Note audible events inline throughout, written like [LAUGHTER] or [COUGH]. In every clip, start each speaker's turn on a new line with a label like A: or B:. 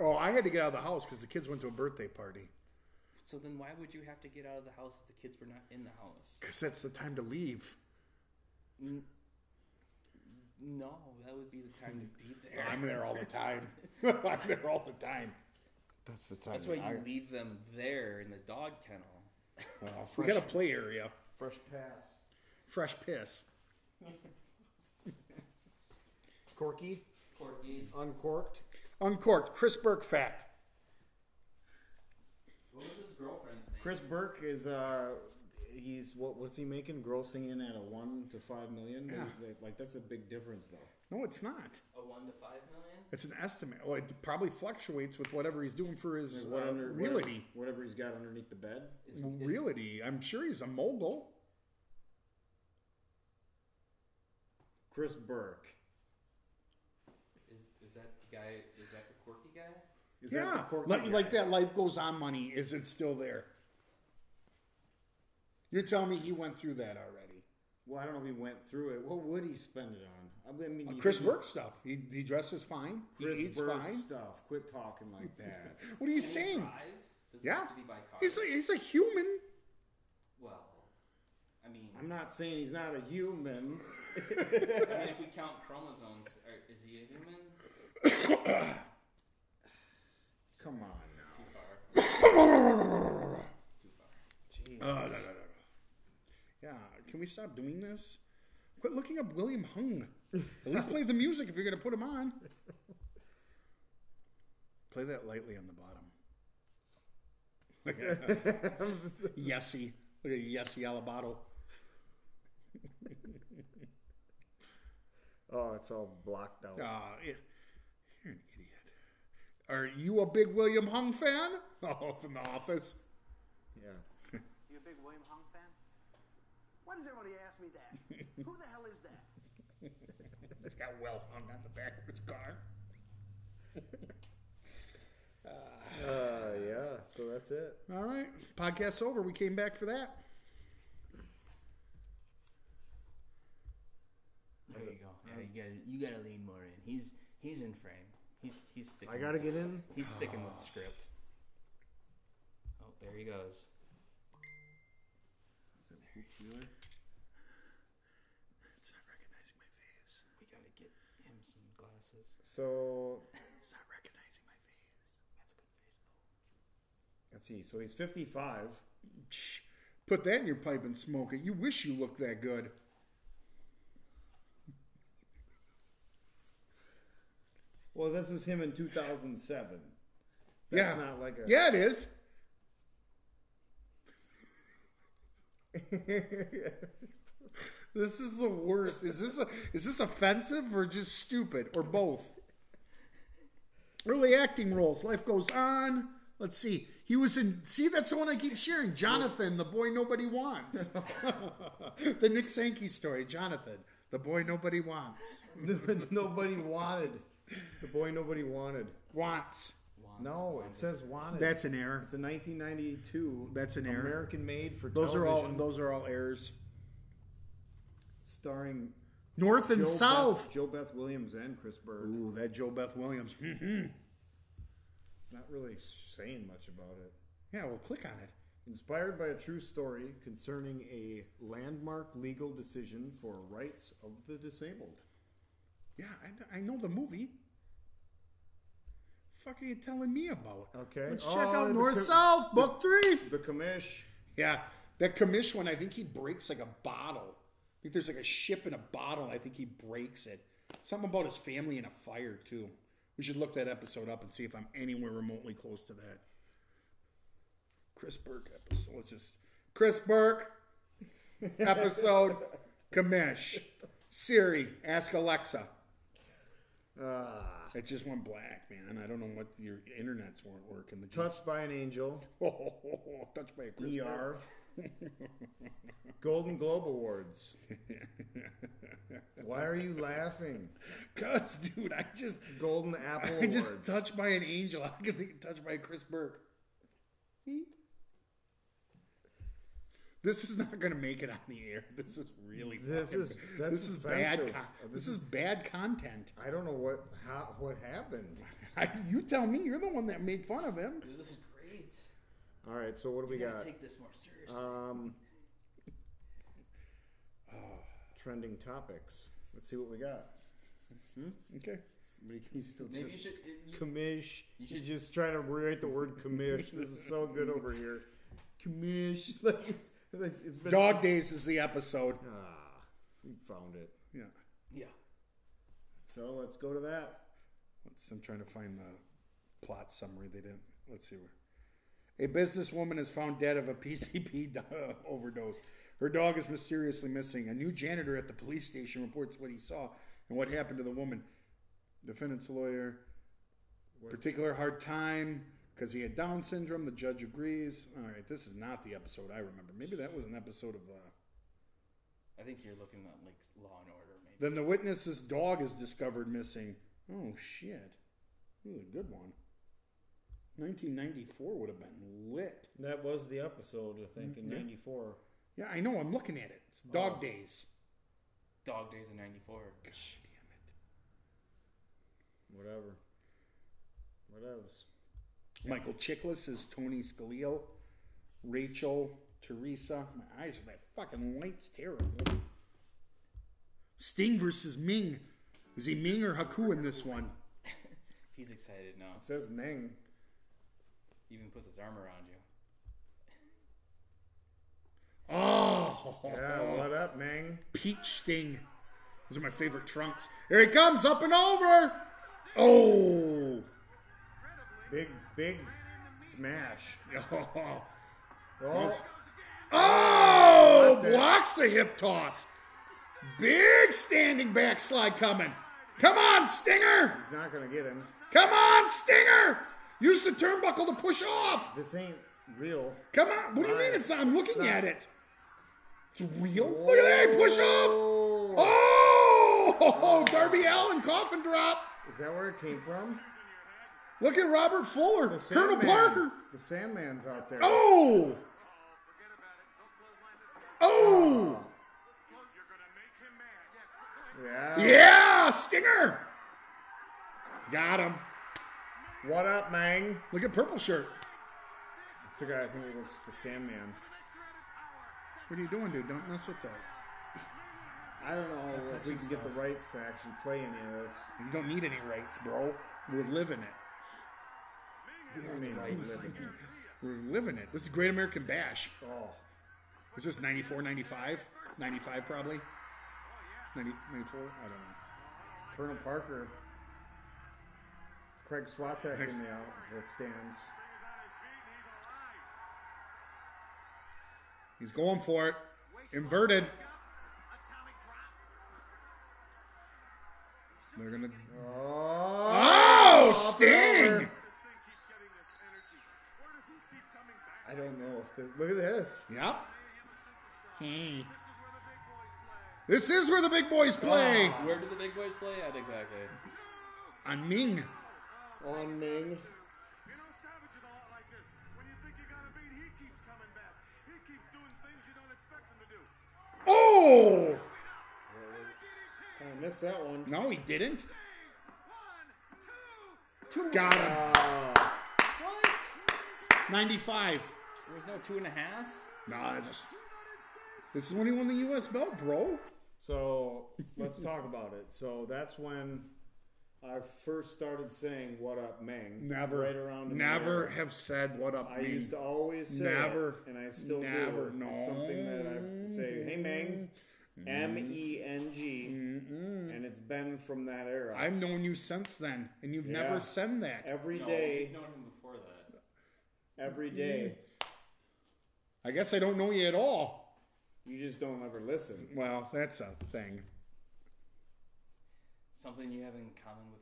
A: Oh, I had to get out of the house because the kids went to a birthday party.
B: So then why would you have to get out of the house if the kids were not in the house?
A: Because that's the time to leave.
B: N- No, that would be the time to be there.
A: I'm there all the time.
C: [LAUGHS]
A: [LAUGHS] I'm there all the time.
C: That's the time.
B: That's why you
C: I-
B: leave them there in the dog kennel.
C: uh,
A: We
C: fresh,
A: got a play area.
C: fresh pass.
A: Fresh piss.
C: Corky, uncorked.
A: Uncorked. Chris Burke fact.
B: What was his girlfriend's name?
C: Chris Burke is uh, he's what? What's he making? Grossing in at a one to five million. Like that's a big difference though.
A: No, it's not.
B: A one to five million?
A: It's an estimate. Well, it probably fluctuates with whatever he's doing for his
C: What
A: uh,
C: under-
A: realty.
C: whatever, whatever he's got underneath the bed.
B: Is, is-
A: Realty. I'm sure he's a mogul.
C: Chris Burke.
B: Is, is that the guy? Is that the quirky guy?
C: Is that the
A: Yeah,
C: Corky
A: like,
C: guy?
A: like that life goes on money. Is it still there? You're telling me he went through that already?
C: Well, I don't know if he went through it. What would he spend it on? I mean, you
A: Uh, Chris
C: think-
A: Burke stuff. He, he dresses fine. He
C: Chris
A: eats
C: Burke
A: fine.
C: stuff. Quit talking like that.
A: What are you
B: Can he
A: saying?
B: drive? Does
A: Yeah,
B: He have to be by car?
A: he's a, he's a human.
B: well, I mean,
C: I'm not saying he's not a human.
B: I mean, if we count chromosomes, are, is he a human?
C: Come on.
B: Too far.
C: now.
B: Too far.
A: Uh, no, no, no, no. Yeah, can we stop doing this? Quit looking up William Hung. At least play the music if you're going to put him on. Play that lightly on the bottom. [LAUGHS] yesy. Look at Yesy Alabato.
C: Oh, it's all blocked out.
A: Ah, yeah. you're an idiot. Are you a big William Hung fan? [LAUGHS] Oh, from The Office.
C: Yeah.
D: You a big William Hung fan? Why does everybody ask me that? Who the hell is that?
A: It's got well hung on the back of his car.
C: Uh, yeah. So that's it.
A: All right, podcast over. We came back for that.
B: There you go. Yeah, you gotta you gotta lean more in. He's he's in frame. He's he's sticking.
C: I gotta get in.
B: He's sticking with the script. Oh, there he goes.
A: It's not recognizing my face.
B: We gotta get him some glasses.
C: So
A: It's not recognizing my face.
B: That's a good face though.
C: let's see. So he's 55.
A: Shh. Put that in your pipe and smoke it. You wish you looked that good.
C: Well, this is him in 2007.
A: yeah.
C: That's not like a.
A: Yeah, it is. [LAUGHS] This is the worst. Is this a, is this offensive or just stupid or both? Early acting roles. Life goes on. Let's see. He was in. See, that's the one I keep sharing. Jonathan, the boy nobody wants. [LAUGHS] the Nick Sankey story. Jonathan, the boy nobody wants.
C: [LAUGHS] nobody wanted. The boy nobody wanted.
A: Wants.
B: Wands,
C: No, it says wanted.
A: That's an error.
C: It's a 1992.
A: That's an error.
C: American made for
A: Those are all.
C: television,
A: Those are all errors.
C: starring
A: North and
C: Joe
A: South.
C: Beth, Joe Beth Williams and Chris Burke.
A: Ooh, that Joe Beth Williams. Hmm.
C: It's not really saying much about it.
A: yeah, well, click on it.
C: Inspired by a true story concerning a landmark legal decision for rights of the disabled.
A: Yeah, I, I know the movie. Fuck are you telling me about?
C: Okay.
A: Let's
C: Oh,
A: check out
C: the
A: North
C: co-
A: South, book three.
C: The commish.
A: Yeah, that commish one, I think he breaks like a bottle. I think there's like a ship in a bottle, and I think he breaks it. Something about his family and a fire, too. We should look that episode up and see if I'm anywhere remotely close to that. Chris Burke episode. Let's just. Chris Burke episode commish. Siri, ask Alexa.
C: Ah.
A: It just went black, man. I don't know what your internets weren't working. The
C: Touched by an Angel.
A: [LAUGHS] touched by a Chris Burke.
C: ER. [LAUGHS] Golden Globe Awards. Why are you laughing?
A: Cause, dude, I just
C: Golden [LAUGHS] Apple
A: I
C: Awards.
A: just touched by an angel. [LAUGHS] I could think touched by Chris Burke. Beep. This is not going to make it on the air. This is really
C: This
A: fucking-
C: is- that's
A: this is bad.
C: offensive.
A: Con-
C: Uh,
A: this
C: this
A: is bad content.
C: I don't know what how, what happened.
A: I, you tell me. You're the one that made fun of him.
B: This is great.
C: All right, so what do we
B: We gotta
C: got?
B: take this more seriously.
C: Um, trending topics. Let's see what we got.
A: Okay.
C: He's still
B: Maybe you
C: just
B: should. You,
C: commish.
B: you
C: He's
B: should-
C: just trying to rewrite the word commish. this is so good over here. Commish. [LAUGHS] Like it's, it's, it's been
A: Dog Days is the episode.
C: Ah, we found it.
A: Yeah.
B: yeah.
C: So let's go to that.
A: Let's, I'm trying to find the plot summary. They didn't. Let's see where. A businesswoman is found dead of a [LAUGHS] PCP do- overdose. Her dog is mysteriously missing. A new janitor at the police station reports what he saw and what happened to the woman. Defendant's lawyer. Particular hard time because he had Down syndrome. The judge agrees. All right, this is not the episode I remember. Maybe that was an episode of. Uh,
B: I think you're looking at like Law and Order, maybe.
A: Then the witness's dog is discovered missing. Oh shit. This is a good one. 1994 would have been lit.
C: That was the episode, I think, in '94.
A: Yeah, I know. I'm looking at it. It's Dog Days.
B: Dog Days of '94.
A: God damn
C: Whatever. Whatevs.
A: it. Michael Chiklis is Tony Scalise. Rachel, Teresa. My eyes are that fucking light's terrible. Sting versus Ming. Is he Ming or Haku in this one?
B: He's excited now.
C: It says Meng.
B: He even puts his arm around you.
A: Oh,
C: Yeah, what up, Meng?
A: peach sting. Those are my favorite trunks. Here he comes, up and over. Oh,
C: Big, big smash.
A: [LAUGHS] oh,
C: Oh,
A: oh blocks the hip toss. Big standing backslide coming. Come on, Stinger.
C: he's not gonna get him.
A: Come on, Stinger. Use the turnbuckle to push off.
C: This ain't real.
A: Come on. What do you mean
C: Right.
A: it's not? I'm looking
C: It's not.
A: at it. It's real. Look at that. Push off.
C: Oh.
A: Oh, Darby Allen coffin drop.
C: Is that where it came from?
A: Look at Robert Fuller.
C: The
A: Colonel
C: Sandman.
A: Parker.
C: The Sandman's out there.
A: Oh!
D: Forget about it. Don't clothesline this one.
A: Oh!
D: You're gonna make him mad. [LAUGHS]
C: Yeah.
A: Yeah! Stinger! Got him.
C: What up, Meng?
A: Look at purple shirt.
C: It's the guy I think it looks the Sandman.
A: What are you doing, dude? Don't mess with that.
C: I don't know if we can get the rights to actually play any of this.
A: You don't need any rights, bro. We're living it.
C: I mean,
A: We're living it. This is Great American Bash.
C: oh,
A: Is this 94, 95? 95 probably? 90, 94? I don't know.
C: Colonel Parker. Craig Swatek in the out the stands.
A: He's going for it. Inverted. They're gonna.
C: Oh,
A: Oh, Sting!
C: I don't know. If the, look at this.
A: Yep. This is where the big boys play.
C: Ah.
B: Where do the big boys play at exactly?
A: On Ming.
C: On Um, Ming.
D: You know, Savage is a lot like this. When you think you got him beat, he keeps coming back. He keeps doing things you don't expect him to do.
A: Oh!
C: I missed that one.
A: No, he didn't.
D: One, two,
A: Got him.
C: Ah,
B: What?
A: 95.
B: There was no two and a half.
A: Nah, that's just. This is when he won the U.S. belt, bro.
C: so let's talk about it. So that's when I first started saying "What up, Meng."
A: Never.
C: Right around. in the
A: never
C: air.
A: have said what up,
C: I
A: Ming.
C: used to always say it,
A: Never.
C: and I still
A: Never.
C: do.
A: No.
C: It's something that I say, "Hey, Meng." M E N G, and it's been from that era.
A: I've known you since then, and you've
C: Yeah.
A: never said that.
C: every day,
B: known him before that.
C: every day,
A: I guess I don't know you at all.
C: you just don't ever listen.
A: Well, that's a
C: [LAUGHS]
A: thing.
B: Something you have in common with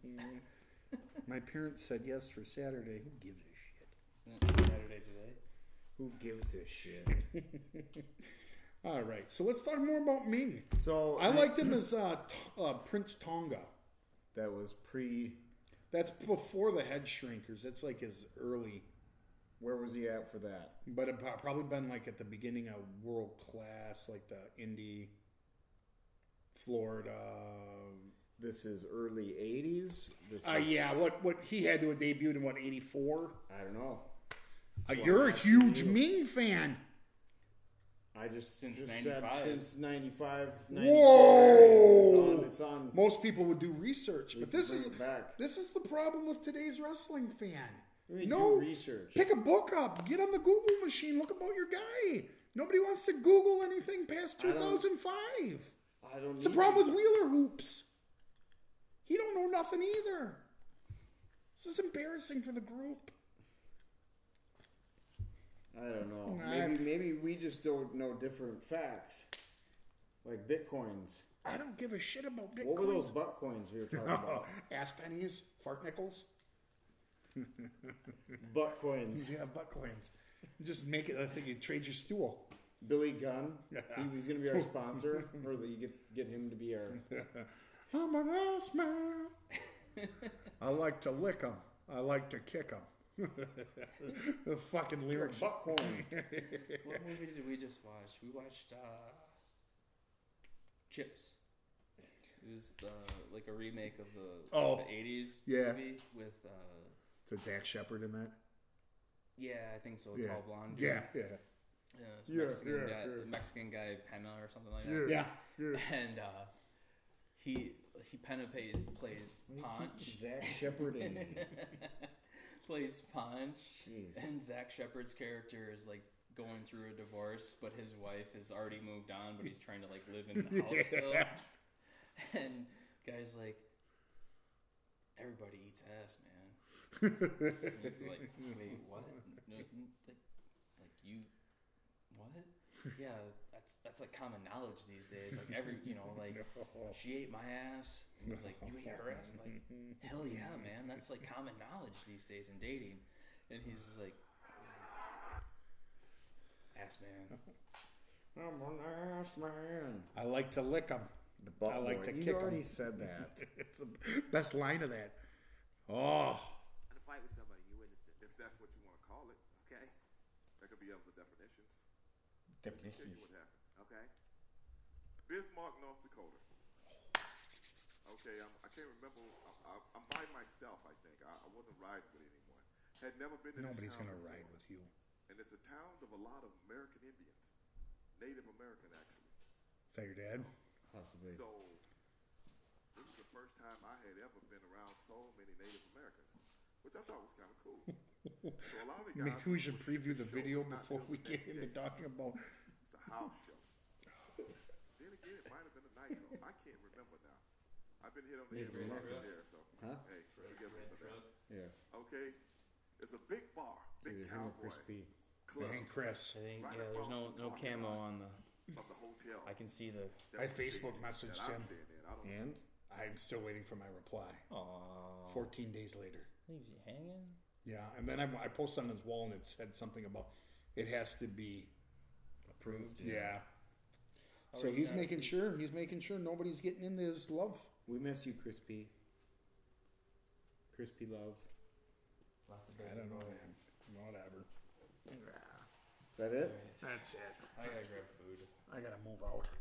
A: Hmm.
B: Kara.
A: My parents said yes for Saturday. Who gives a
B: Isn't it Saturday today?
C: Who gives a shit?
A: shit? All right, so let's talk more about Ming.
C: So
A: I liked him as uh, t- uh, Prince Tonga.
C: that was pre.
A: That's before the head shrinkers. That's like his early
C: Where was he at for that?
A: But it pro- probably been like at the beginning of world class, like the Indy, Florida.
C: This is early '80s. This
A: Uh,
C: is,
A: yeah, what what he had to have debuted in what eighty four.
C: I don't know.
A: Uh, you're a huge Ming fan.
C: I just
B: Since
C: just
B: 95.
C: said since '95.
A: Whoa!
C: It's on. It's on.
A: Most people would do research, but
C: can
A: this
C: bring
A: is
C: it back.
A: this is the problem with today's wrestling fan.
C: We do
A: No
C: research.
A: Pick a book up, get on the Google machine, look about your guy. Nobody wants to Google anything past
C: I don't-
A: 2005.
C: I don't.
A: It's the
C: need
A: problem with Wheeler hoops. He don't know nothing either. This is embarrassing for the group.
C: I don't know.
A: I-
C: Maybe maybe we just don't know different facts, like bitcoins.
A: I don't give a shit about Bitcoin.
C: What were those butt coins we were talking about?
A: Ass pennies, fart nickels.
C: butt coins.
A: Yeah, butt coins. Just make it. I think you trade your stool.
C: Billy Gunn.
A: [LAUGHS]
C: He was going to be our sponsor, or that you get get him to be our.
A: I'm an ass man. I like to lick 'em. I like to kick 'em. the [LAUGHS] fucking lyrics.
C: Butt coin.
B: What movie did we just watch? We watched uh, Chips. It was the, like a remake of the,
A: Oh,
B: the 80s
A: yeah.
B: movie with, uh,
A: To Zach Shepard in that.
B: yeah, I think so, a
A: Yeah.
B: tall blonde. dude.
A: Yeah, yeah,
B: Yeah, this
A: Yeah,
B: Mexican,
A: yeah,
B: guy,
A: yeah.
B: Mexican guy, Penna or something like
A: yeah.
B: that.
A: yeah.
B: And uh, he, he Penna plays, plays Punch.
C: Zach Shepard and
B: [LAUGHS]
C: [LAUGHS]
B: plays Punch,
C: Jeez.
B: and Zach Shepard's character is like going through a divorce, but his wife has already moved on, but he's trying to like live in the house still. And guys like, everybody eats ass, man. and he's like, wait, what? No, n- like, like you, what? Yeah, that's that's like common knowledge these days. Like every, you know, like she ate my ass. And he's like, you ate her ass. I'm like, hell yeah, man. That's like common knowledge these days in dating. And he's just like, ass man.
C: I'm an ass man.
A: I like to lick 'em.
C: The butt
A: I like
C: boy.
A: to
C: you
A: kick 'em.
C: already said that.
A: [LAUGHS] It's the best line of that. Oh,
E: in a fight with somebody, you witnessed it.
D: If that's what you want to call it,
E: Okay?
D: that could be other definitions. Tell you what happened.
E: Okay?
D: Bismarck, North Dakota. Okay, I'm, I can't remember. I, I, I'm by myself, I think. I, I wasn't riding with anyone. Had never been to
A: nobody's
D: this town
A: gonna
D: before.
A: ride with you.
D: And it's a town of a lot of American Indians, Native American, actually.
A: Is that your dad?
C: Possibly.
D: So this was the first time I had ever been around so many Native Americans, which I thought was kind of cool. so a lot of the guys
A: [LAUGHS] Maybe we should
D: were shooting
A: preview the
D: show
A: video
D: was not
A: before
D: till
A: we
D: the
A: get
D: next
A: into
D: day.
A: talking about.
D: It's a house show. then again, it might have been a nitro. I can't remember now. I've been hit on the head with a rocking chair, so
C: Huh?
D: hey, forgive me for that.
C: yeah.
D: Okay, it's a big bar, big
C: Either him or
D: cowboy
C: Chris B.
D: club
A: And Chris,
B: I think yeah,
D: Right
B: there's
D: across
B: no
D: the
B: no
D: parking
B: camo
D: lot.
B: on the.
D: from the hotel.
B: I can see the.
D: that
A: I
D: we stayed
A: Facebook
D: in,
A: messaged
D: that I'm
A: him.
D: staying in. I don't
C: And
A: I'm still waiting for my reply.
B: Aww.
A: 14 days later.
B: Leaves you hanging.
A: Yeah, and then I, I posted on his wall and it said something about it has to be
C: approved.
A: yeah. Oh, So he's making sure he's making sure nobody's getting into his love.
C: We miss you, Crispy. Crispy love.
B: Lots of
A: I
B: baby
A: don't know,
B: boy.
A: man. Whatever.
C: Is that it?
B: Alright,
A: That's it.
B: I gotta grab food.
A: I gotta move out.